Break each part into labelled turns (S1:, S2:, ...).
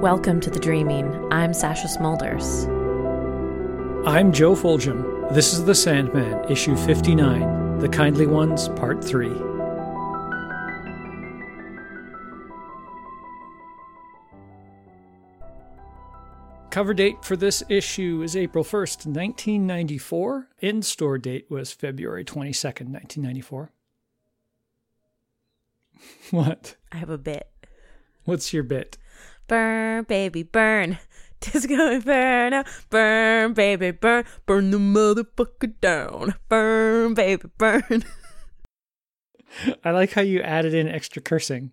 S1: Welcome to The Dreaming. I'm Sasha Smolders.
S2: I'm Joe Foljam. This is The Sandman, issue 59, The Kindly Ones, part 3. Cover date for this issue is April 1st, 1994. In store date was February 22nd, 1994. what?
S1: I have a bit.
S2: What's your bit?
S1: Burn, baby, burn. Disco inferno. uh, Burn, baby, burn. Burn the motherfucker down. Burn, baby, burn.
S2: I like how you added in extra cursing.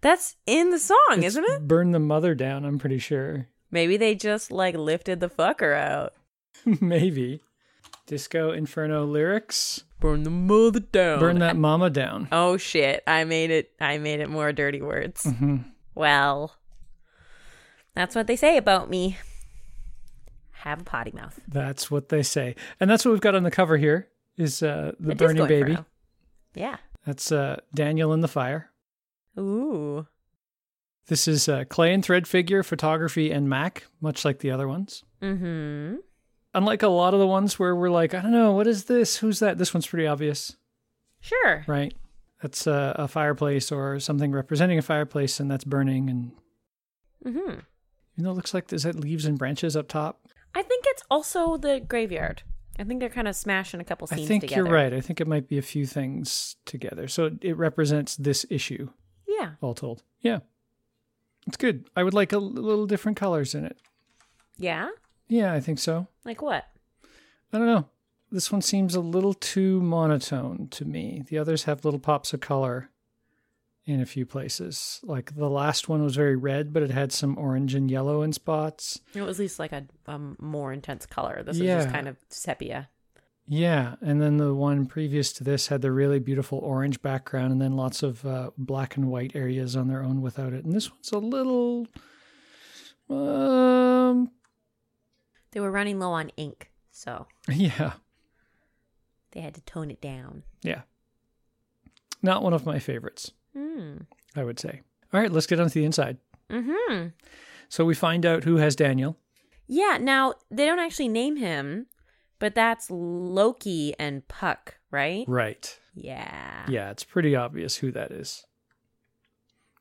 S1: That's in the song,
S2: It's
S1: isn't it?
S2: Burn the mother down, I'm pretty sure.
S1: Maybe they just like lifted the fucker out.
S2: Maybe. Disco Inferno lyrics.
S1: Burn the mother down.
S2: Burn Oh, that mama down.
S1: Oh shit, I made it I made it more dirty words.
S2: Mm. Mm-hmm.
S1: Well, that's what they say about me. Have a potty mouth.
S2: That's what they say. And that's what we've got on the cover here is uh the
S1: It is
S2: burning
S1: going for
S2: baby.
S1: now. Yeah.
S2: That's uh Daniel in the fire.
S1: Ooh.
S2: This is uh, clay and thread figure photography and Mac, much like the other ones.
S1: Mm-hmm.
S2: Unlike a lot of the ones where we're like, I don't know, what is this? Who's that? This one's pretty obvious,
S1: Sure.
S2: right? That's uh, a, a fireplace or something representing a fireplace, and that's burning. And
S1: Mm-hmm.
S2: you know, it looks like there's that leaves and branches up top.
S1: I think it's also the graveyard. I think they're kind of smashing a couple
S2: I
S1: scenes
S2: think
S1: together.
S2: you're right. I think it might be a few things together. So it, it represents this issue,
S1: Yeah.
S2: all told. Yeah. It's good. I would like a l- little different colors in it.
S1: Yeah?
S2: Yeah, I think so.
S1: Like what?
S2: I don't know. This one seems a little too monotone to me. The others have little pops of color in a few places. Like the last one was very red, but it had some orange and yellow in spots.
S1: It was at least like a, a more intense color. This is
S2: Yeah.
S1: just kind of sepia.
S2: Yeah, and then the one previous to this had the really beautiful orange background and then lots of uh, black and white areas on their own without it. And this one's a little um
S1: They were running low on ink, so
S2: yeah,
S1: they had to tone it down.
S2: yeah. Not one of my favorites,
S1: Mm.
S2: I would say. All right, let's get onto the inside.
S1: Mm-hmm.
S2: So we find out who has Daniel.
S1: Yeah, now they don't actually name him, but that's Loki and Puck, right?
S2: Right.
S1: Yeah.
S2: Yeah, it's pretty obvious who that is.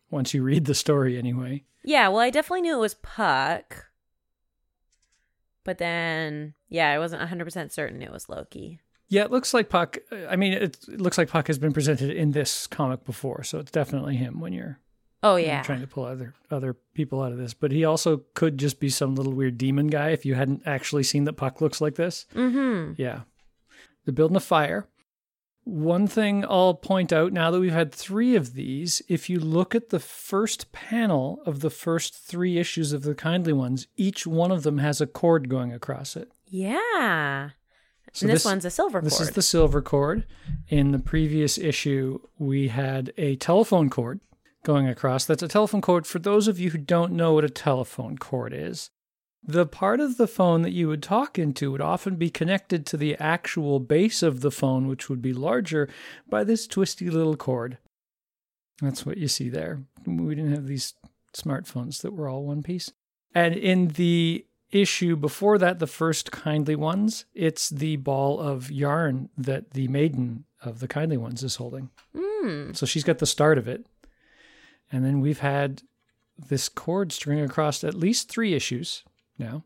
S2: Once you read the story, anyway.
S1: Yeah, well, I definitely knew it was Puck. But then, yeah, I wasn't 100% certain it was Loki.
S2: Yeah, it looks like Puck. uh, I mean, it, it looks like Puck has been presented in this comic before, so it's definitely him when you're
S1: Oh,
S2: when you're
S1: yeah.
S2: trying to pull other other people out of this. But he also could just be some little weird demon guy if you hadn't actually seen that Puck looks like this.
S1: Mm-hmm.
S2: Yeah. They're building a fire. One thing I'll point out now that we've had three of these, if you look at the first panel of the first three issues of the Kindly Ones, each one of them has a cord going across it.
S1: Yeah.
S2: So
S1: and this, one's a silver
S2: This is
S1: cord.
S2: the silver cord. In the previous issue, we had a telephone cord going across. That's a telephone cord. For those of you who don't know what a telephone cord is, the part of the phone that you would talk into would often be connected to the actual base of the phone, which would be larger, by this twisty little cord. That's what you see there. We didn't have these smartphones that were all one piece. And in the issue before that, the first Kindly Ones, it's the ball of yarn that the maiden of the Kindly Ones is holding.
S1: mm.
S2: So she's got the start of it. And then we've had this cord string across at least three issues now.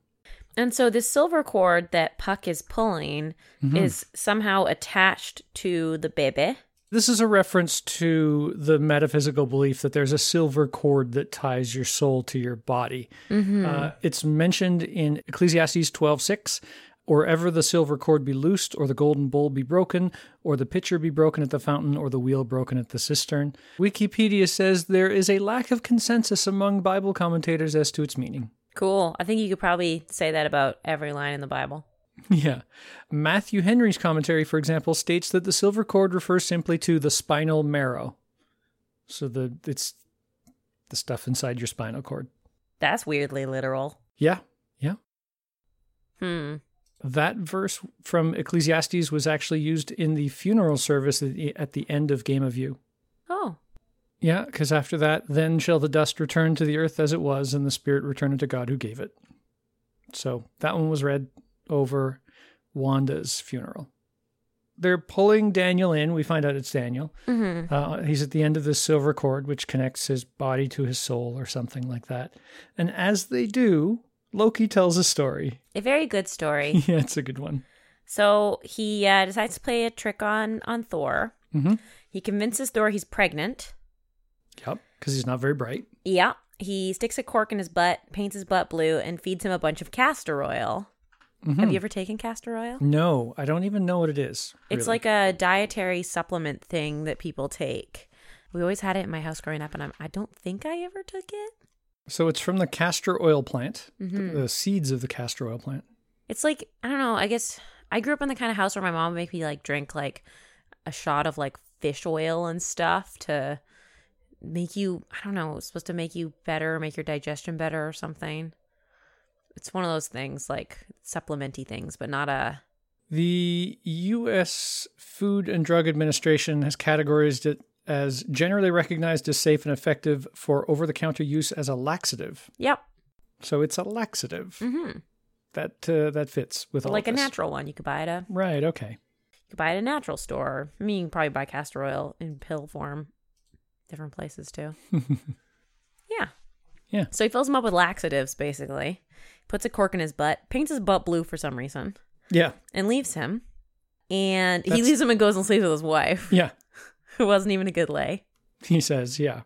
S1: And so this silver cord that Puck is pulling
S2: Mm-hmm.
S1: is somehow attached to the baby.
S2: This is a reference to the metaphysical belief that there's a silver cord that ties your soul to your body. Uh, it's mentioned in Ecclesiastes 12:6, or ever the silver cord be loosed, or the golden bowl be broken, or the pitcher be broken at the fountain, or the wheel broken at the cistern. Wikipedia says there is a lack of consensus among Bible commentators as to its meaning.
S1: Cool. I think you could probably say that about every line in the Bible.
S2: Yeah. Matthew Henry's commentary, for example, states that the silver cord refers simply to the spinal marrow. So the it's the stuff inside your spinal cord.
S1: That's weirdly literal.
S2: Yeah. Yeah.
S1: Hmm.
S2: That verse from Ecclesiastes was actually used in the funeral service at the, at the end of Game of You.
S1: Oh.
S2: Yeah, because after that, then shall the dust return to the earth as it was, and the spirit return unto God who gave it. So that one was read over Wanda's funeral. They're pulling Daniel in. We find out it's Daniel.
S1: Mm-hmm.
S2: Uh, he's at the end of this silver cord, which connects his body to his soul or something like that. And as they do, Loki tells a story.
S1: A very good story.
S2: yeah, it's a good one.
S1: so he uh, decides to play a trick on on Thor.
S2: Mm-hmm.
S1: He convinces Thor he's pregnant.
S2: Yep, because he's not very bright.
S1: Yeah. He sticks a cork in his butt, paints his butt blue, and feeds him a bunch of castor oil. Have you ever taken castor oil?
S2: Mm-hmm. No, I don't even know what it is.
S1: It's like a dietary supplement thing that people take. We always had it in my house growing up, and I'm, I don't think I ever took it.
S2: so it's from the castor oil plant,
S1: Mm-hmm.
S2: the, the seeds of the castor oil plant.
S1: It's like, I don't know, I guess I grew up in the kind of house where my mom would make me like drink like a shot of like fish oil and stuff to make you, I don't know, it's supposed to make you better, make your digestion better or something. It's one of those things like supplementy things, but not a.
S2: The U.S. Food and Drug Administration has categorized it as generally recognized as safe and effective for over the counter use as a laxative.
S1: Yep.
S2: So it's a laxative.
S1: Mm-hmm.
S2: That uh, that fits with all
S1: Like a
S2: of this.
S1: natural one. You could buy it a
S2: Right, okay.
S1: You could buy it at a natural store. I mean, you can probably buy castor oil in pill form, different places too. yeah.
S2: Yeah.
S1: So he fills him up with laxatives, basically, puts a cork in his butt, paints his butt blue for some reason,
S2: Yeah.
S1: and leaves him. And he
S2: That's-
S1: leaves him and goes and sleeps with his wife,
S2: Yeah.
S1: who wasn't even a good lay.
S2: He says, yeah.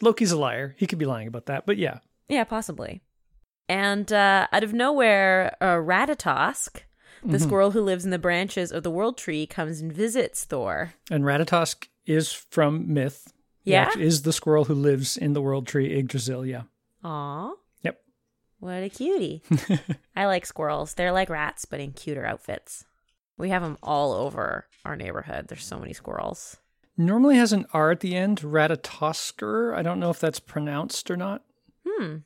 S2: Loki's a liar. He could be lying about that, but yeah.
S1: Yeah, possibly. And uh, out of nowhere, uh, Ratatosk, the
S2: Mm-hmm.
S1: squirrel who lives in the branches of the world tree, comes and visits Thor.
S2: And Ratatosk is from myth. He
S1: Yeah?
S2: act- Is the squirrel who lives in the world tree Yggdrasil. Yeah.
S1: Aw.
S2: Yep.
S1: What a cutie. I like squirrels. They're like rats, but in cuter outfits. We have them all over our neighborhood. There's so many squirrels.
S2: Normally has an R at the end, Ratatosker. I don't know if that's pronounced or not.
S1: Hmm.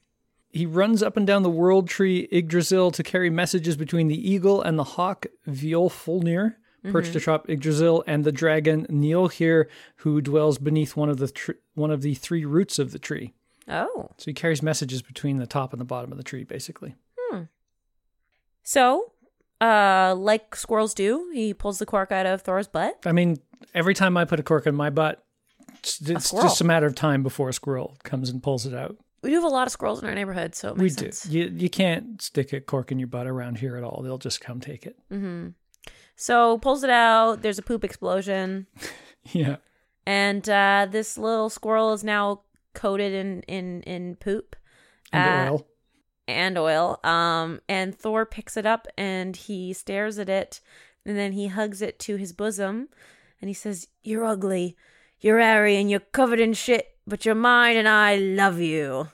S2: He runs up and down the world tree Yggdrasil to carry messages between the eagle and the hawk Violfulnir,
S1: Mm-hmm.
S2: perched atop Yggdrasil, and the dragon Nilhir, who dwells beneath one of the tr- one of the three roots of the tree.
S1: Oh.
S2: So he carries messages between the top and the bottom of the tree, basically.
S1: So, uh, like squirrels do, he pulls the cork out of Thor's butt.
S2: I mean, every time I put a cork in my butt, it's, it's
S1: squirrel.
S2: just a matter of time before a squirrel comes and pulls it out.
S1: We do have a lot of squirrels in our neighborhood, so it
S2: We
S1: makes
S2: do.
S1: sense.
S2: You you can't stick a cork in your butt around here at all. They'll just come take it.
S1: So pulls it out. There's a poop explosion,
S2: Yeah.
S1: and uh, this little squirrel is now coated in in in poop.
S2: And
S1: Uh,
S2: oil.
S1: and oil. Um, and Thor picks it up and he stares at it, and then he hugs it to his bosom, and he says, "You're ugly, you're airy, and you're covered in shit, but you're mine, and I love you."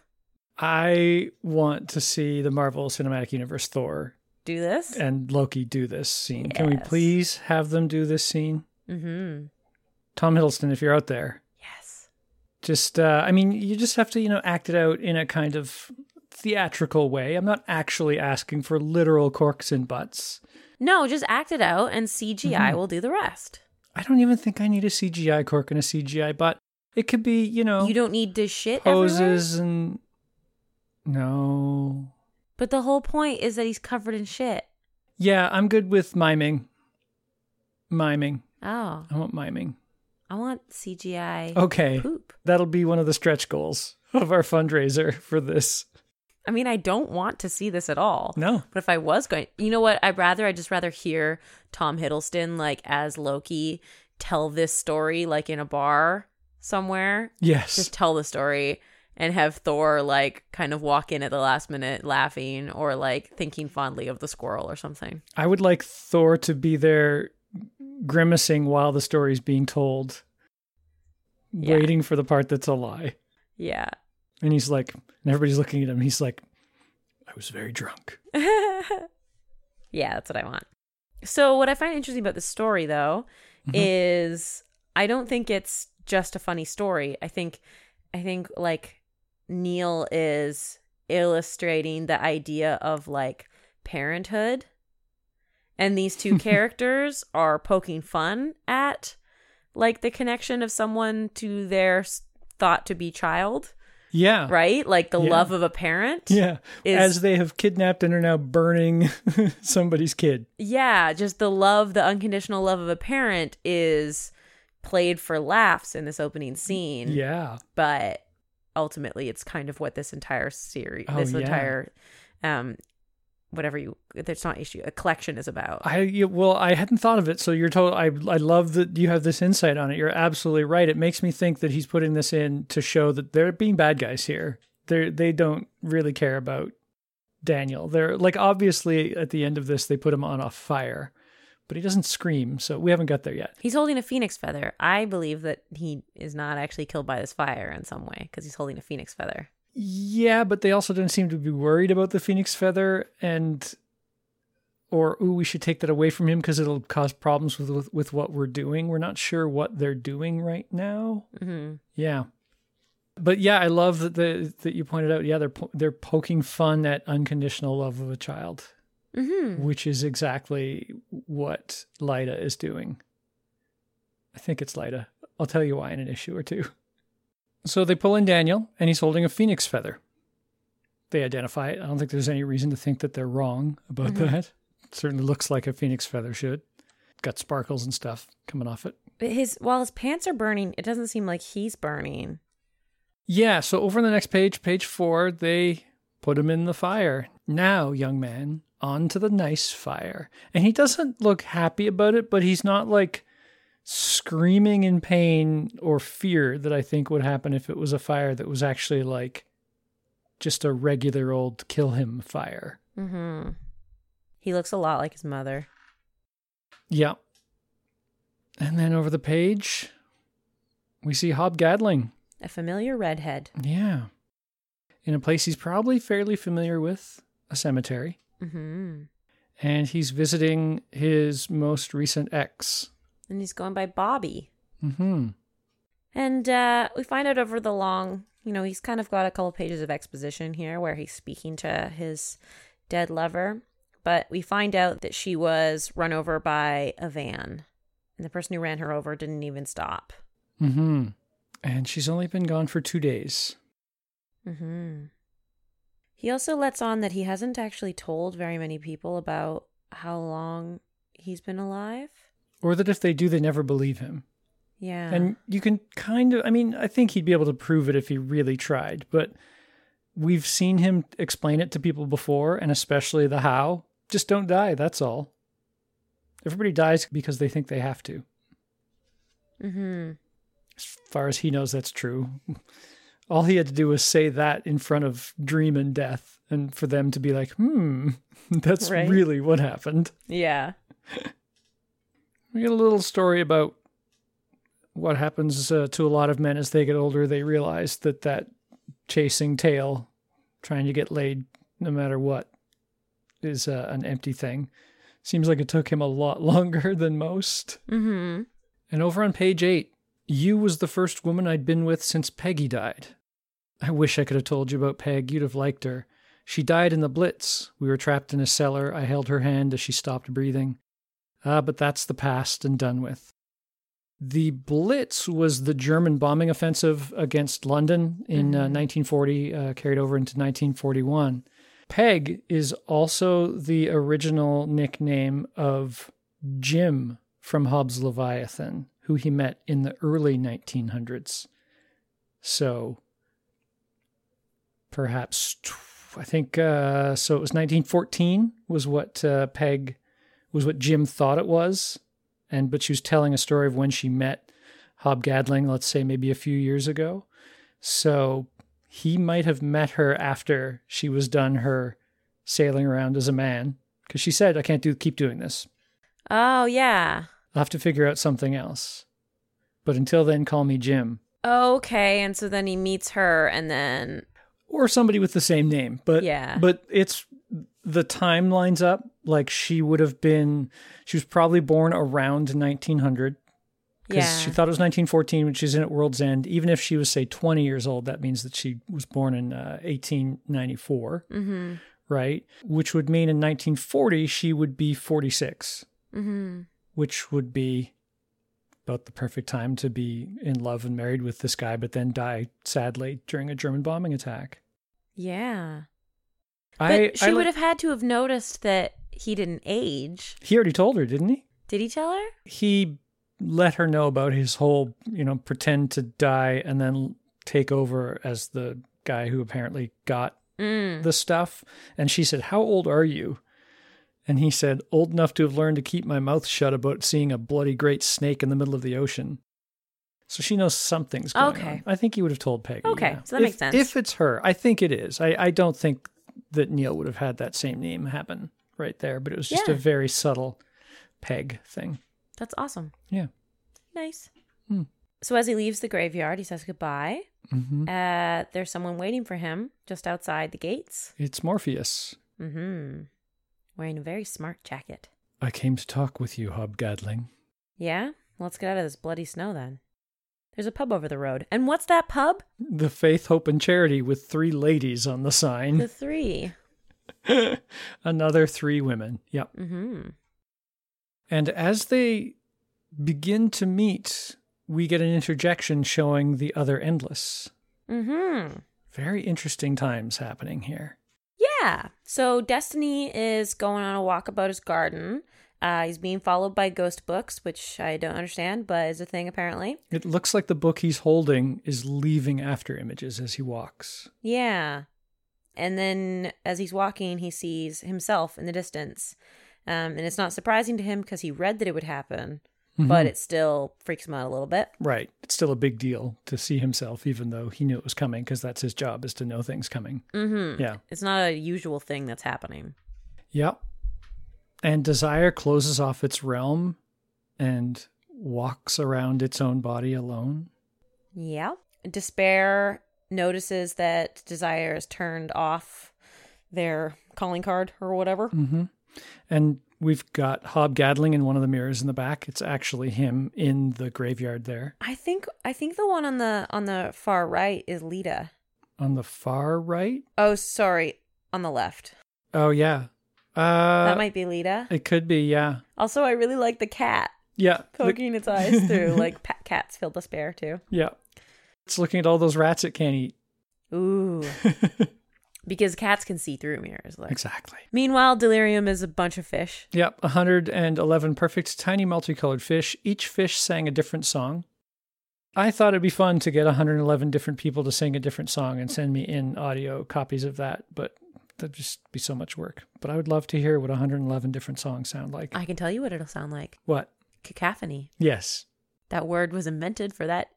S2: I want to see the Marvel Cinematic Universe Thor
S1: Do this.
S2: and Loki do this scene. Can we
S1: Yes.
S2: please have them do this scene?
S1: Mm-hmm.
S2: Tom Hiddleston, if you're out there,
S1: Yes.
S2: just uh, I mean, you just have to you know act it out in a kind of theatrical way. I'm not actually asking for literal corks and butts.
S1: No, just act it out, and CGI
S2: Mm-hmm.
S1: will do the rest.
S2: I don't even think I need a CGI cork and a CGI butt. It could be you know
S1: You don't need to shit everywhere.
S2: poses and no.
S1: But the whole point is that he's covered in shit.
S2: Yeah, I'm good with miming. Miming.
S1: Oh,
S2: I want miming.
S1: I want CGI
S2: Okay.
S1: poop.
S2: That'll be one of the stretch goals of our fundraiser for this.
S1: I mean, I don't want to see this at all.
S2: No.
S1: But if I was going, you know what? I'd rather, I'd just rather hear Tom Hiddleston, like, as Loki, tell this story, like, in a bar somewhere.
S2: Yes.
S1: Just tell the story and have Thor, like, kind of walk in at the last minute laughing or, like, thinking fondly of the squirrel or something.
S2: I would like Thor to be there grimacing while the story's being told,
S1: Yeah.
S2: waiting for the part that's a lie.
S1: Yeah.
S2: And he's like, and everybody's looking at him. He's like, I was very drunk.
S1: yeah, that's what I want. So, what I find interesting about this story, though,
S2: Mm-hmm.
S1: is I don't think it's just a funny story. I think, I think like Neil is illustrating the idea of like parenthood, and these two characters are poking fun at like the connection of someone to their s- thought to be child,
S2: Yeah.
S1: right? Like the
S2: Uh, Yeah.
S1: love of a parent.
S2: Yeah.
S1: Is-
S2: As they have kidnapped and are now burning somebody's kid.
S1: Yeah, just the love, the unconditional love of a parent is played for laughs in this opening scene.
S2: Yeah.
S1: But ultimately it's kind of what this entire series
S2: Oh,
S1: this
S2: yeah.
S1: entire um whatever you it's not issue a collection is about.
S2: I yeah, well, I hadn't thought of it. So you're told. I I love that you have this insight on it. You're absolutely right. It makes me think that he's putting this in to show that they're being bad guys here. They they don't really care about Daniel. They're like obviously at the end of this they put him on a fire, but he doesn't scream. So we haven't got there yet.
S1: He's holding a phoenix feather. I believe that he is not actually killed by this fire in some way because he's holding a phoenix feather.
S2: Yeah, but they also don't seem to be worried about the phoenix feather and or ooh, we should take that away from him because it'll cause problems with, with with what we're doing. We're not sure what they're doing right now.
S1: hmm
S2: Yeah. But yeah, I love that the that you pointed out. Yeah, they're po- they're poking fun at unconditional love of a child,
S1: hmm
S2: which is exactly what Lyda is doing. I think it's Lyda. I'll tell you why in an issue or two. So they pull in Daniel, and he's holding a phoenix feather. They identify it. I don't think there's any reason to think that they're wrong about
S1: Mhm.
S2: that. certainly looks like a phoenix feather should. Got sparkles and stuff coming off it.
S1: But his while his pants are burning, it doesn't seem like he's burning.
S2: Yeah, so over on the next page, page four, they put him in the fire. Now, young man, on to the nice fire. And he doesn't look happy about it, but he's not like screaming in pain or fear that I think would happen if it was a fire that was actually like just a regular old kill him fire.
S1: hmm He looks a lot like his mother.
S2: Yeah. And then over the page, we see Hob Gadling.
S1: A familiar redhead.
S2: Yeah. In a place he's probably fairly familiar with, a cemetery.
S1: hmm
S2: And he's visiting his most recent ex.
S1: And he's going by Bobby.
S2: hmm
S1: And uh, we find out over the long, you know, he's kind of got a couple pages of exposition here where he's speaking to his dead lover. But we find out that she was run over by a van. And the person who ran her over didn't even stop.
S2: hmm And she's only been gone for two days.
S1: hmm He also lets on that he hasn't actually told very many people about how long he's been alive.
S2: Or that if they do, they never believe him.
S1: Yeah.
S2: And you can kind of, I mean, I think he'd be able to prove it if he really tried, but we've seen him explain it to people before, and especially the how. Just don't die, that's all. Everybody dies because they think they have to.
S1: hmm
S2: as far as he knows that's true all he had to do was say that in front of dream and death and for them to be like hmm that's
S1: Right.
S2: really what happened
S1: Yeah.
S2: we get a little story about what happens uh, to a lot of men as they get older they realize that that chasing tail trying to get laid no matter what is uh, an empty thing seems like it took him a lot longer than most
S1: hmm
S2: And over on page eight, you was the first woman I'd been with since Peggy died. I wish I could have told you about Peg. You'd have liked her. She died in the Blitz. We were trapped in a cellar. I held her hand as she stopped breathing. Ah, but that's the past and done with. The Blitz was the German bombing offensive against London in uh,
S1: Mhm.
S2: 1940, uh, carried over into 1941. Peg is also the original nickname of Jim from Hobbes' Leviathan, who he met in the early 1900s. So perhaps, tw- I think, uh, so it was 1914 was what uh, Peg, was what Jim thought it was. And, but she was telling a story of when she met Hob Gadling, let's say maybe a few years ago. So he might have met her after she was done her sailing around as a man because she said, I can't do keep doing this.
S1: Oh, yeah.
S2: I'll have to figure out something else. But until then, call me Jim.
S1: Okay, and so then he meets her, and then
S2: Or somebody with the same name. But
S1: Yeah.
S2: but it's the time lines up. Like she would have been she was probably born around nineteen hundred. Because
S1: yeah,
S2: she thought it was 1914 when she's in at World's End. Even if she was, say, 20 years old, that means that she was born in uh, 1894,
S1: mm-hmm,
S2: right? Which would mean in 1940 she would be 46.
S1: mm-hmm.
S2: which would be about the perfect time to be in love and married with this guy, but then die sadly during a German bombing attack.
S1: Yeah. But
S2: I,
S1: she
S2: I
S1: would
S2: like-
S1: have had to have noticed that he didn't age.
S2: He already told her, didn't he?
S1: Did he tell her?
S2: He let her know about his whole, you know, pretend to die and then take over as the guy who apparently got
S1: Mm.
S2: the stuff. And she said, How old are you? And he said, Old enough to have learned to keep my mouth shut about seeing a bloody great snake in the middle of the ocean. So she knows something's going
S1: Okay.
S2: on. I think he would have told Peggy.
S1: Okay,
S2: yeah.
S1: so that
S2: If-
S1: makes sense.
S2: If it's her, I think it is. I, I don't think that Neil would have had that same name happen right there, but it was just
S1: Yeah.
S2: a very subtle peg thing.
S1: That's awesome.
S2: Yeah.
S1: Nice.
S2: Hmm.
S1: So as he leaves the graveyard, he says goodbye.
S2: hmm
S1: Uh, there's someone waiting for him just outside the gates.
S2: It's Morpheus.
S1: Mm-hmm. Wearing a very smart jacket.
S2: I came to talk with you, Hobgadling.
S1: Yeah? Well, let's get out of this bloody snow then. There's a pub over the road. And what's that pub?
S2: The faith, hope, and charity with three ladies on the sign.
S1: The three.
S2: Another three women. Yep.
S1: Mm-hmm.
S2: And as they begin to meet, we get an interjection showing the other endless.
S1: Mm-hmm.
S2: Very interesting times happening here.
S1: Yeah. So Destiny is going on a walk about his garden. Uh, he's being followed by ghost books, which I don't understand, but is a thing apparently.
S2: It looks like the book he's holding is leaving after images as he walks.
S1: Yeah. And then as he's walking, he sees himself in the distance. Um, and it's not surprising to him because he read that it would happen, but it still freaks him out a little bit.
S2: Mm-hmm. Right. It's still a big deal to see himself, even though he knew it was coming, because that's his job is to know things coming.
S1: Mm-hmm.
S2: Yeah.
S1: It's not a usual thing that's happening.
S2: Yep. And desire closes off its realm and walks around its own body alone.
S1: Yeah. Despair notices that Desire has turned off their calling card or whatever.
S2: hmm And we've got Hob Gadling in one of the mirrors in the back. It's actually him in the graveyard there.
S1: I think I think the one on the on the far right is Lita.
S2: On the far right?
S1: Oh, sorry, on the left.
S2: Oh, yeah. Uh,
S1: that might be Lita.
S2: it could be, yeah.
S1: Also, I really like the cat
S2: Yeah. the-
S1: poking its eyes through like pa- cats feel despair too.
S2: yeah. It's looking at all those rats it can't eat.
S1: Ooh, because cats can see through mirrors. Like.
S2: exactly.
S1: Meanwhile, Delirium is a bunch of fish.
S2: Yep. 111 perfect, tiny, multicolored fish. Each fish sang a different song. I thought it'd be fun to get 111 different people to sing a different song and send me in audio copies of that, but that'd just be so much work. But I would love to hear what 111 different songs sound like.
S1: I can tell you what it'll sound like.
S2: What?
S1: Cacophony.
S2: Yes.
S1: That word was invented for that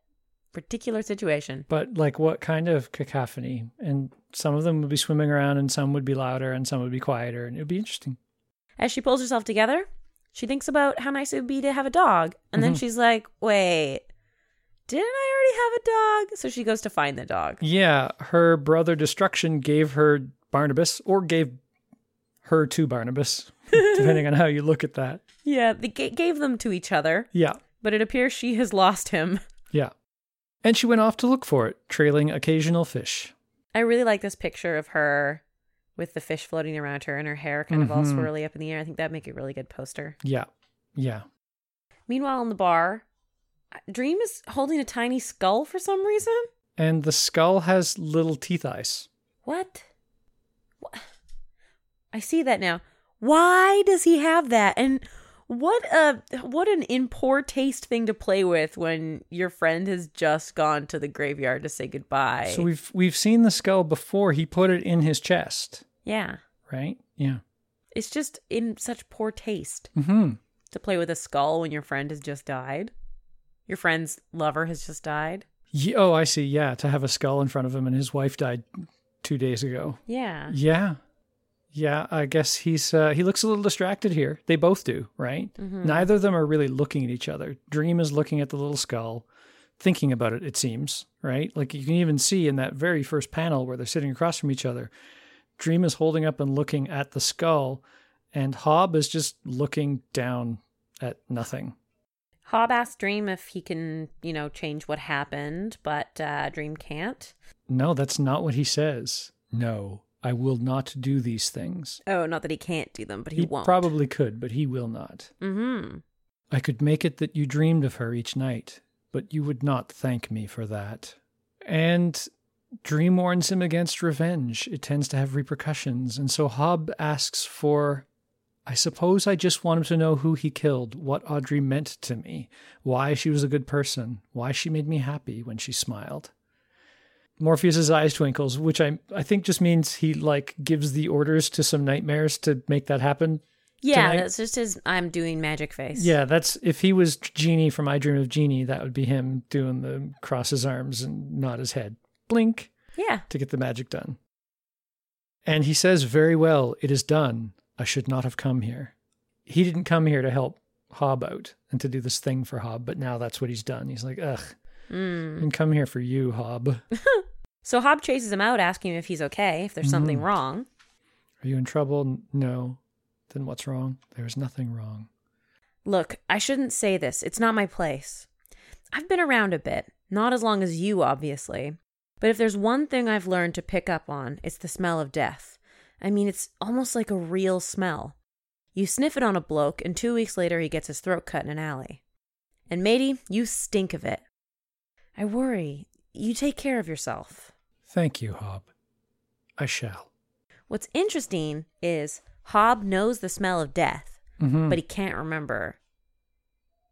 S1: particular situation.
S2: But like what kind of cacophony? And some of them would be swimming around and some would be louder and some would be quieter and it would be interesting.
S1: As she pulls herself together, she thinks about how nice it would be to have a dog. And then she's like, wait, didn't I already have a dog? So she goes to find the dog.
S2: Yeah, her brother Destruction gave her Barnabas or gave her to Barnabas, depending on how you look at that.
S1: Yeah, they g- gave them to each other,
S2: Yeah,
S1: but it appears she has lost him.
S2: yeah. And she went off to look for it, trailing occasional fish.
S1: I really like this picture of her with the fish floating around her and her hair kind of all
S2: Mhm.
S1: swirly up in the air. I think that'd make a really good poster.
S2: Yeah, yeah.
S1: Meanwhile, in the bar, Dream is holding a tiny skull for some reason.
S2: And the skull has little teeth eyes.
S1: What? Wha- I see that now. Why does he have that? And what a what an in poor taste thing to play with when your friend has just gone to the graveyard to say goodbye.
S2: So we've we've seen the skull before. He put it in his chest,
S1: yeah.
S2: right? Yeah.
S1: It's just in such poor taste
S2: Hmm.
S1: to play with a skull when your friend has just died. Your friend's lover has just died.
S2: Ye- oh, I see. Yeah, to have a skull in front of him, and his wife died two days ago.
S1: Yeah.
S2: Yeah. Yeah, I guess he's uh, he looks a little distracted here. They both do, right?
S1: Mm-hmm.
S2: Neither of them are really looking at each other. Dream is looking at the little skull, thinking about it. It seems right. Like you can even see in that very first panel where they're sitting across from each other. Dream is holding up and looking at the skull, and Hob is just looking down at nothing.
S1: Hob asks Dream if he can, you know, change what happened, but uh, Dream can't.
S2: No, that's not what he says. No, I will not do these things.
S1: Oh, not that he can't do them, but he, won't.
S2: probably could, but he will not.
S1: Mm-hmm.
S2: I could make it that you dreamed of her each night, but you would not thank me for that. And Dream warns him against revenge. It tends to have repercussions. And so Hob asks for I suppose I just want him to know who he killed, what Audrey meant to me, why she was a good person, why she made me happy when she smiled. Morpheus's eyes twinkles, which I I think just means he like gives the orders to some nightmares to make that happen.
S1: Yeah,
S2: Tonight-
S1: that's just his I'm doing magic face.
S2: Yeah, that's if he was Genie from I Dream of Genie, that would be him doing the cross his arms and nod his head. Blink.
S1: Yeah.
S2: to get the magic done. And he says, Very well, it is done. I should not have come here. He didn't come here to help Hob out and to do this thing for Hob, but now that's what he's done. He's like, Ugh, I
S1: Mm.
S2: didn't come here for you, Hob. Are
S1: So Hob chases him out, asking him if he's okay, if there's something
S2: Mhm.
S1: wrong.
S2: you in trouble? "N- No. Then what's wrong? There's nothing wrong.
S1: Look, I shouldn't say this. It's not my place. I've been around a bit, not as long as you, obviously. But if there's one thing I've learned to pick up on, it's the smell of death. I mean, it's almost like a real smell. You sniff it on a bloke, and two weeks later, he gets his throat cut in an alley. And matey, you stink of it. I worry. You take care of yourself.
S2: Thank you, Hob. I shall.
S1: What's interesting is Hob knows the smell of death,
S2: Mhm.
S1: but he can't remember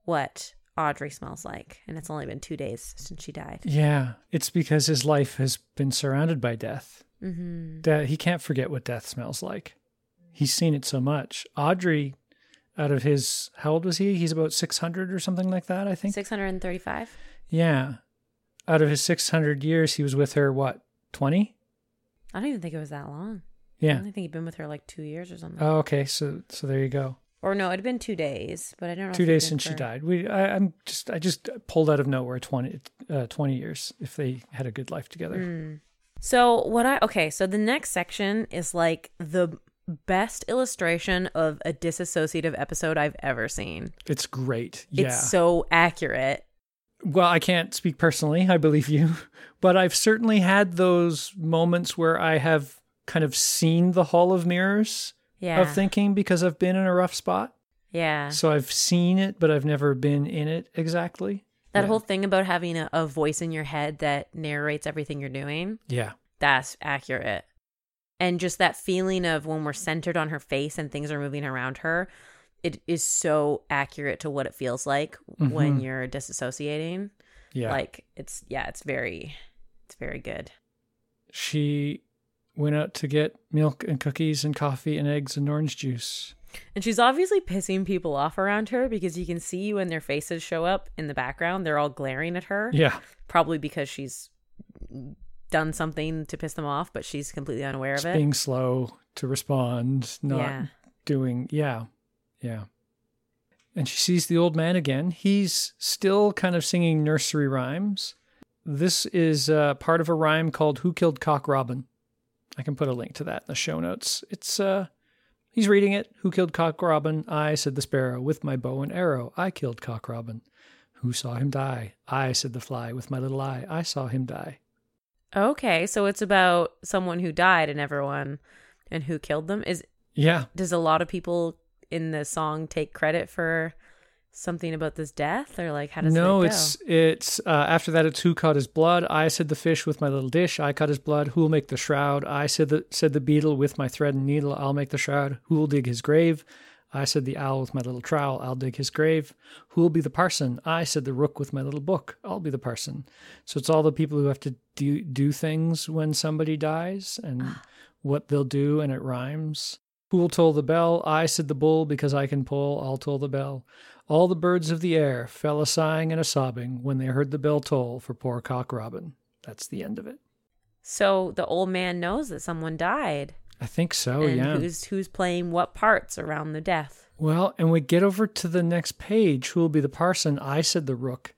S1: what Audrey smells like. And it's only been two days since she died.
S2: yeah, it's because his life has been surrounded by death.
S1: hmm
S2: that he can't forget what death smells like. He's seen it so much. Audrey, out of his, how old was he? He's about 600 or something like that, I think.
S1: 635?
S2: Yeah. Out of his 600 years, he was with her, what, 20?
S1: I don't even think it was that long. I
S2: Yeah.
S1: only think he'd been with her like two years or something.
S2: Oh, okay. So, so there you go.
S1: or no, it'd been two days, but I don't know.
S2: Two
S1: if it'd
S2: days
S1: been
S2: since she
S1: for-
S2: died. We, I, I'm just, I just pulled out of nowhere 20, uh, 20 years if they had a good life together.
S1: Mm. So, what I, okay, so the next section is like the best illustration of a disassociative episode I've ever seen.
S2: It's great. Yeah.
S1: It's so accurate.
S2: well, I can't speak personally, I believe you, but I've certainly had those moments where I have kind of seen the hall of mirrors
S1: Yeah.
S2: of thinking because I've been in a rough spot.
S1: yeah.
S2: So I've seen it, but I've never been in it exactly.
S1: That
S2: Yeah.
S1: whole thing about having a, a voice in your head that narrates everything you're doing,
S2: Yeah.
S1: that's accurate. And just that feeling of when we're centered on her face and things are moving around her, it is so accurate to what it feels like when
S2: Mhm.
S1: you're disassociating.
S2: Yeah.
S1: Like it's yeah, it's very it's very good.
S2: she went out to get milk and cookies and coffee and eggs and orange juice.
S1: And she's obviously pissing people off around her because you can see when their faces show up in the background, they're all glaring at her.
S2: Yeah.
S1: Probably because she's done something to piss them off, but she's completely unaware of
S2: Just
S1: it.
S2: being slow to respond, not
S1: Yeah.
S2: doing yeah yeah and she sees the old man again he's still kind of singing nursery rhymes this is uh, part of a rhyme called who killed cock robin i can put a link to that in the show notes it's uh he's reading it who killed cock robin i said the sparrow with my bow and arrow i killed cock robin who saw him die i said the fly with my little eye i saw him die
S1: Okay, so it's about someone who died and everyone and who killed them. Is
S2: yeah
S1: does a lot of people in the song take credit for something about this death or like how does
S2: no,
S1: it go?
S2: it's it's uh, after that. It's who caught his blood. I said the fish with my little dish. I caught his blood. Who'll make the shroud? I said the said the beetle with my thread and needle. I'll make the shroud. Who'll dig his grave? I said the owl with my little trowel. I'll dig his grave. Who'll be the parson? I said the rook with my little book. I'll be the parson. So it's all the people who have to do do things when somebody dies and
S1: Ah.
S2: what they'll do, and it rhymes. Who'll toll the bell? I said the bull because I can pull. I'll toll the bell. All the birds of the air fell a sighing and a sobbing when they heard the bell toll for poor Cock Robin. That's the end of it.
S1: so the old man knows that someone died.
S2: I think so,
S1: and
S2: Oh, yeah.
S1: who's who's playing what parts around the death.
S2: Well, and we get over to the next page. Who will be the parson? I said the rook.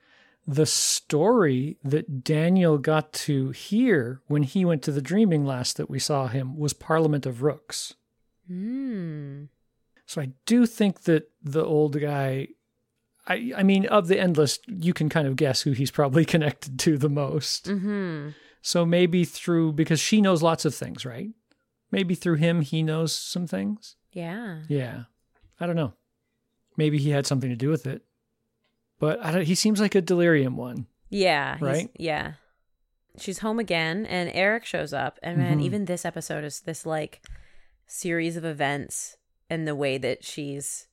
S2: The story that Daniel got to hear when he went to the dreaming last that we saw him was Parliament of Rooks.
S1: Hmm.
S2: So I do think that the old guy, I, I mean, of the endless, you can kind of guess who he's probably connected to the most.
S1: Mm-hmm.
S2: So maybe through because she knows lots of things, right? Maybe through him he knows some things.
S1: Yeah.
S2: Yeah. I don't know. Maybe he had something to do with it. but I don't, he seems like a delirium one.
S1: Yeah. he's-
S2: Right?
S1: Yeah. She's home again, and Eric shows up. And man,
S2: Mhm.
S1: even this episode is this like series of events and the way that she's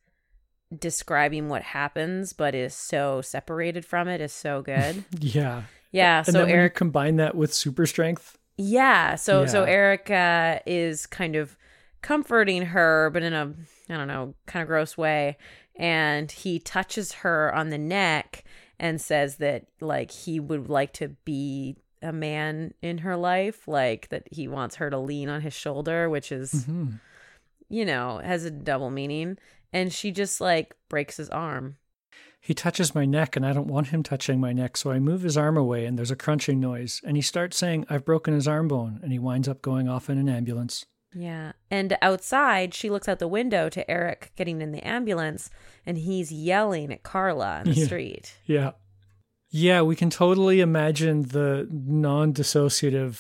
S1: describing what happens, but is so separated from it is so good.
S2: Yeah.
S1: Yeah.
S2: And
S1: so
S2: then when you
S1: Eric,
S2: combine that with super strength.
S1: yeah. So so
S2: Yeah.
S1: Eric uh, is kind of comforting her, but in a I don't know kind of gross way, and he touches her on the neck and says that like he would like to be a man in her life like that he wants her to lean on his shoulder which is
S2: Mhm.
S1: you know has a double meaning and she just like breaks his arm
S2: He touches my neck and I don't want him touching my neck, so I move his arm away and there's a crunching noise. And he starts saying, I've broken his arm bone. And he winds up going off in an ambulance.
S1: Yeah. And outside, she looks out the window to Eric getting in the ambulance, and he's yelling at Carla on the
S2: Yeah.
S1: street.
S2: Yeah. Yeah, we can totally imagine the non dissociative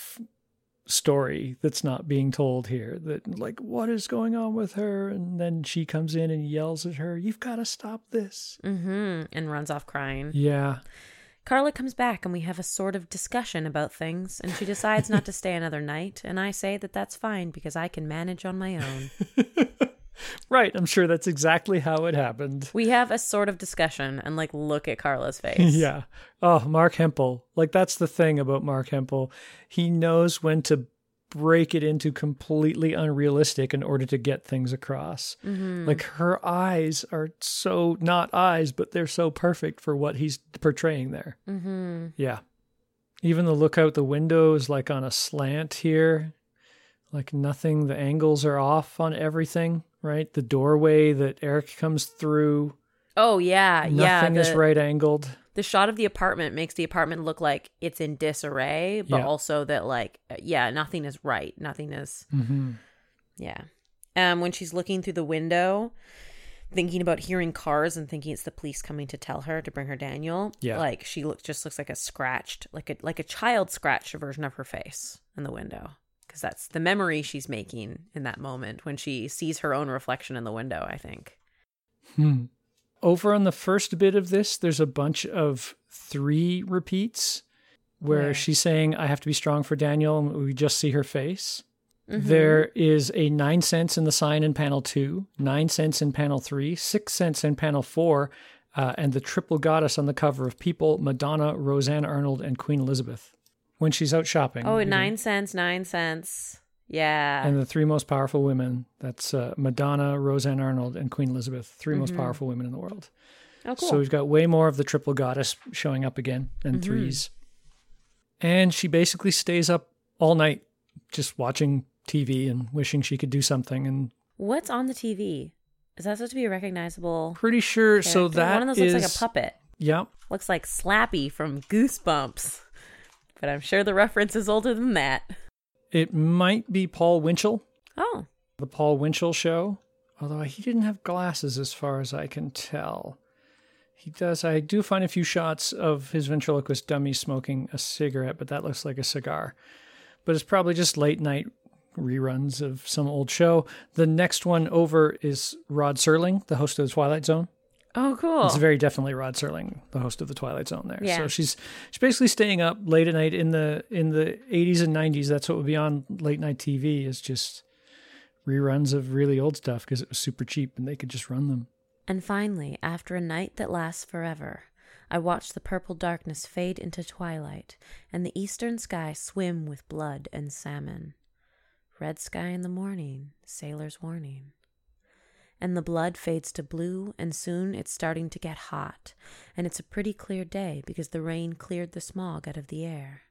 S2: story that's not being told here. That, like, what is going on with her? And then she comes in and yells at her, You've got to stop this.
S1: hmm And runs off crying.
S2: Yeah.
S1: Carla comes back, and we have a sort of discussion about things, and she decides not to stay another night. And I say that that's fine because I can manage on my own.
S2: Right. I'm sure that's exactly how it happened.
S1: we have a sort of discussion, and like, look at Carla's face.
S2: yeah. Oh, Mark Hempel. Like, that's the thing about Mark Hempel. He knows when to break it into completely unrealistic in order to get things across.
S1: hmm
S2: Like her eyes are so not eyes, but they're so perfect for what he's portraying there.
S1: hmm
S2: Yeah. Even the look out the window is like on a slant here. Like nothing, the angles are off on everything, right? The doorway that Eric comes through,
S1: Oh, yeah. yeah.
S2: nothing
S1: The,
S2: is right angled.
S1: the shot of the apartment makes the apartment look like it's in disarray, but
S2: Yeah.
S1: also that, like, yeah, nothing is right. Nothing is.
S2: Mm-hmm.
S1: Yeah. Um, when she's looking through the window, thinking about hearing cars and thinking it's the police coming to tell her to bring her Daniel.
S2: Yeah.
S1: Like she looks just looks like a scratched, like a like a child scratched version of her face in the window. Because that's the memory she's making in that moment when she sees her own reflection in the window, I think.
S2: Hmm. Over on the first bit of this, there's a bunch of three repeats where
S1: Yeah.
S2: she's saying, I have to be strong for Daniel, and we just see her face.
S1: Mm-hmm.
S2: There is a nine cents in the sign in panel two, nine cents in panel three, six cents in panel four, uh, and the triple goddess on the cover of People, Madonna, Roseanne Arnold, and Queen Elizabeth when she's out shopping.
S1: Oh,
S2: you know,
S1: nine cents, nine cents. Yeah.
S2: Mm-hmm. And the three most powerful women that's uh, Madonna, Roseanne Arnold, and Queen Elizabeth, 3
S1: Mm-hmm.
S2: most powerful women in the world.
S1: oh, cool. Mm-hmm.
S2: So we've got way more of the triple goddess showing up again and threes. And she basically stays up all night just watching TV and wishing she could do something. And
S1: What's on the TV? Is that supposed to be a recognizable?
S2: pretty sure so
S1: character?
S2: that
S1: one of those looks like a
S2: is-
S1: puppet.
S2: Yeah.
S1: looks like Slappy from Goosebumps. But I'm sure the reference is older than that.
S2: It might be Paul Winchell,
S1: Oh,
S2: the Paul Winchell show. Although he didn't have glasses as far as I can tell. He does I do find a few shots of his ventriloquist dummy smoking a cigarette, but that looks like a cigar. But it's probably just late night reruns of some old show. The next one over is Rod Serling, the host of the Twilight Zone.
S1: oh, cool.
S2: It's very definitely Rod Serling, the host of the Twilight Zone. There,
S1: Yeah.
S2: so she's she's basically staying up late at night in the in the eighties and nineties. That's what would be on late night TV is just reruns of really old stuff because it was super cheap and they could just run them.
S1: and finally, after a night that lasts forever, I watched the purple darkness fade into twilight and the eastern sky swim with blood and salmon. Red sky in the morning, sailor's warning. And the blood fades to blue, and soon it's starting to get hot. And it's a pretty clear day because the rain cleared the smog out of the air.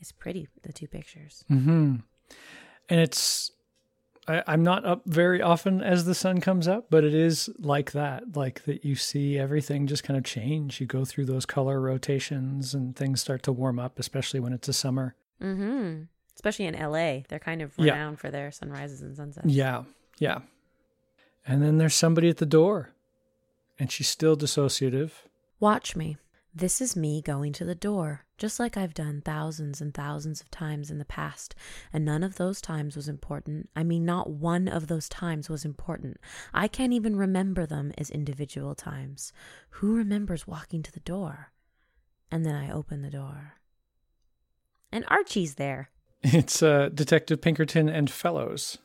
S1: It's pretty, the two pictures.
S2: Mm-hmm. And it's I, I'm not up very often as the sun comes up, but it is like that, like that you see everything just kind of change. You go through those color rotations and things start to warm up, especially when it's a summer.
S1: Mm hmm. Especially in LA. They're kind of
S2: Yeah.
S1: renowned for their sunrises and sunsets.
S2: Yeah, yeah. And then there's somebody at the door, and she's still dissociative.
S1: Watch me. This is me going to the door, just like I've done thousands and thousands of times in the past, and none of those times was important. I mean, not one of those times was important. I can't even remember them as individual times. Who remembers walking to the door? And then I open the door. And Archie's there.
S2: It's uh, Detective Pinkerton and Fellows,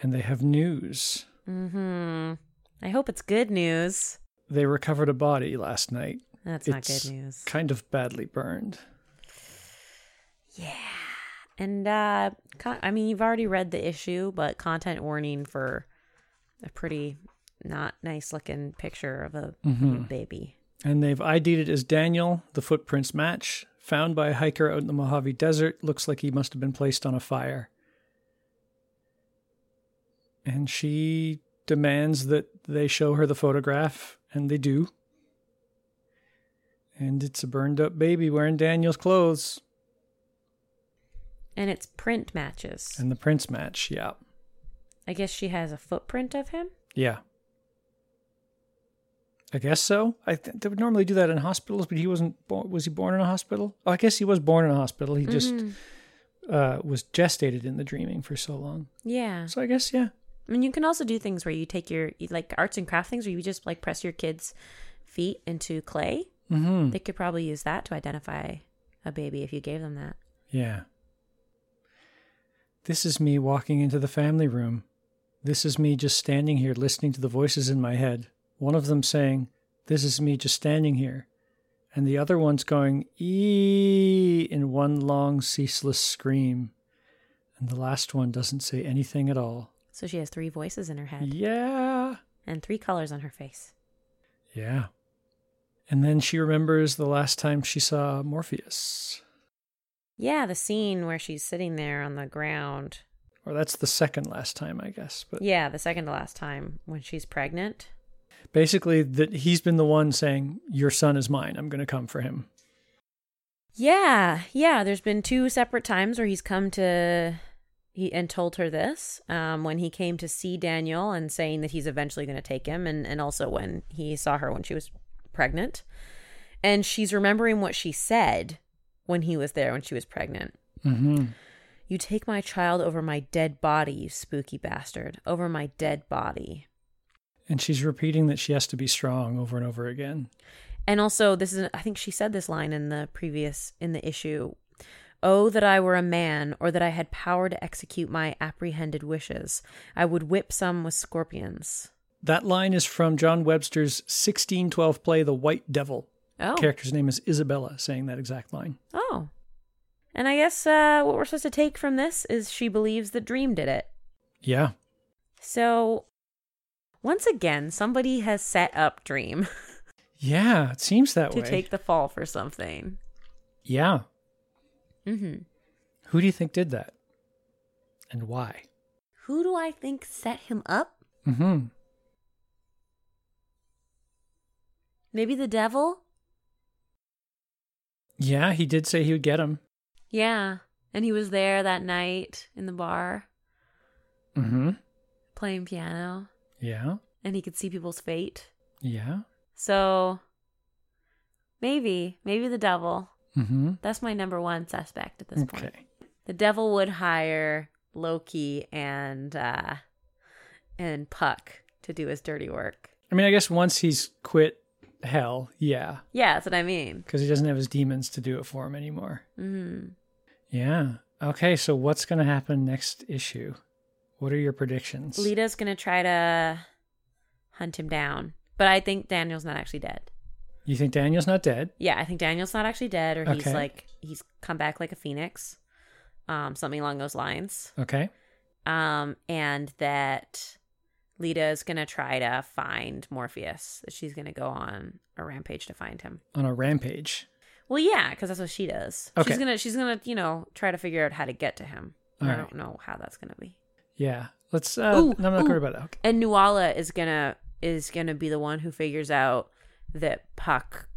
S2: and they have news.
S1: Mm-hmm. I hope it's good news.
S2: They recovered a body last night.
S1: That's not
S2: It's
S1: good news.
S2: Kind of badly burned.
S1: Yeah. And uh con- I mean you've already read the issue, but content warning for a pretty not nice looking picture of a, of
S2: Mm-hmm.
S1: a baby.
S2: And they've ID'd it as Daniel. The footprints match. Found by a hiker out in the Mojave Desert. Looks like he must have been placed on a fire. And she demands that they show her the photograph, and they do. And it's a burned up baby wearing Daniel's clothes.
S1: And it's print matches.
S2: And the prints match. Yeah.
S1: I guess she has a footprint of him.
S2: Yeah. I guess so. I th- they would normally do that in hospitals, but he wasn't. Bo- was he born in a hospital? Oh, I guess he was born in a hospital. He just
S1: Mhm.
S2: uh, was gestated in the dreaming for so long.
S1: Yeah.
S2: So I guess yeah.
S1: I mean you can also do things where you take your you- like arts and craft things where you just like press your kids' feet into clay.
S2: Mm-hmm.
S1: They could probably use that to identify a baby if you gave them that.
S2: Yeah. This is me walking into the family room. This is me just standing here listening to the voices in my head. One of them saying, This is me just standing here. And the other one's going, Eee, in one long, ceaseless scream. And the last one doesn't say anything at all.
S1: So she has three voices in her head
S2: Yeah.
S1: and three colors on her face.
S2: Yeah. And then she remembers the last time she saw Morpheus.
S1: Yeah, the scene where she's sitting there on the ground.
S2: Or that's the second last time, I guess. But
S1: Yeah, the second to last time when she's pregnant.
S2: basically that he's been the one saying your son is mine i'm going to come for him
S1: Yeah, yeah. There's been two separate times where he's come to he and told her this. Um, when he came to see Daniel and saying that he's eventually going to take him, and and also when he saw her when she was pregnant, and she's remembering what she said when he was there when she was pregnant.
S2: mm-hmm.
S1: You take my child over my dead body, you spooky bastard, over my dead body.
S2: and she's repeating that she has to be strong over and over again
S1: And also, this is, I think she said this line in the previous, in the issue Oh, that I were a man, or that I had power to execute my apprehended wishes. I would whip some with scorpions.
S2: that line is from john webster's 1612 play the white devil
S1: Oh.
S2: character's name is isabella saying that exact line
S1: Oh. And I guess uh, what we're supposed to take from this is she believes the dream did it.
S2: yeah
S1: So, once again, somebody has set up Dream
S2: yeah it seems that
S1: to
S2: way
S1: take the fall for something.
S2: yeah
S1: Mm hmm.
S2: who do you think did that and why
S1: Who do I think set him up?
S2: mm-hmm
S1: Maybe the devil?
S2: yeah he did say he would get him
S1: Yeah. And he was there that night in the bar
S2: mm-hmm
S1: playing piano
S2: yeah
S1: and he could see people's fate.
S2: yeah
S1: So maybe, maybe the devil.
S2: mm-hmm
S1: That's my number one suspect at this
S2: okay
S1: point. The devil would hire Loki and uh and Puck to do his dirty work.
S2: i mean i guess once he's quit hell yeah
S1: Yeah, that's what I mean.
S2: because he doesn't have his demons to do it for him anymore.
S1: Mm-hmm.
S2: Yeah. Okay. So what's going to happen next issue? What are your predictions?
S1: Lita's gonna try to hunt him down. But I think Daniel's not actually dead.
S2: you think Daniel's not dead?
S1: Yeah, I think Daniel's not actually dead, or he's
S2: Okay.
S1: like he's come back like a phoenix, um, something along those lines.
S2: Okay.
S1: Um, and that Lita is gonna try to find Morpheus. That she's gonna go on a rampage to find him.
S2: On a rampage.
S1: Well, yeah, because that's what she does.
S2: Okay.
S1: She's gonna she's gonna you know try to figure out how to get to him.
S2: All
S1: I
S2: right.
S1: don't know how that's gonna be.
S2: Yeah. Let's. Uh,
S1: Ooh,
S2: no, I'm not
S1: ooh.
S2: worried about that. Okay.
S1: And Nuala is gonna is gonna be the one who figures out that Puck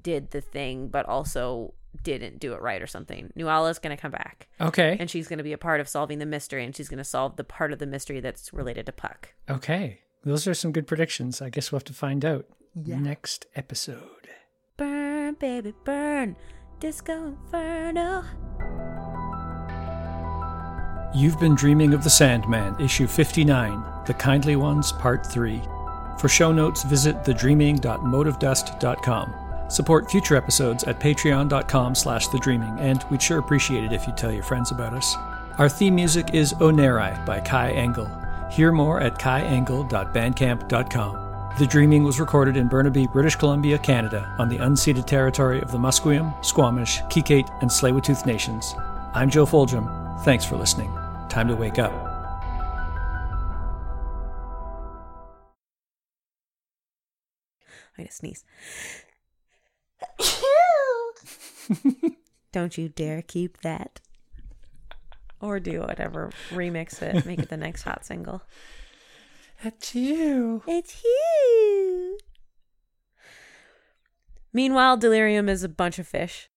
S1: did the thing, but also didn't do it right or something. Nuala's gonna come back,
S2: Okay.
S1: and she's gonna be a part of solving the mystery, and she's gonna solve the part of the mystery that's related to Puck.
S2: okay. Those are some good predictions. I guess we'll have to find out.
S1: Yeah.
S2: next episode.
S1: Burn, baby, burn. Disco Inferno.
S2: You've been dreaming of the Sandman, issue 59, The Kindly Ones, part 3. For show notes, visit thedreaming.motivedust.com. Support future episodes at patreon.com slash thedreaming, and we'd sure appreciate it if you'd tell your friends about us. Our theme music is Onerai by Kai Engel. Hear more at kaiengel.bandcamp.com. The Dreaming was recorded in Burnaby, British Columbia, Canada, on the unceded territory of the Musqueam, Squamish, Kikate, and tsleil nations. I'm Joe Foljam. Thanks for listening. Time to wake up.
S1: I'm gonna sneeze. Don't you dare keep that. Or do whatever. Remix it. Make it the next hot single.
S2: At you.
S1: It's you. Meanwhile, delirium is a bunch of fish.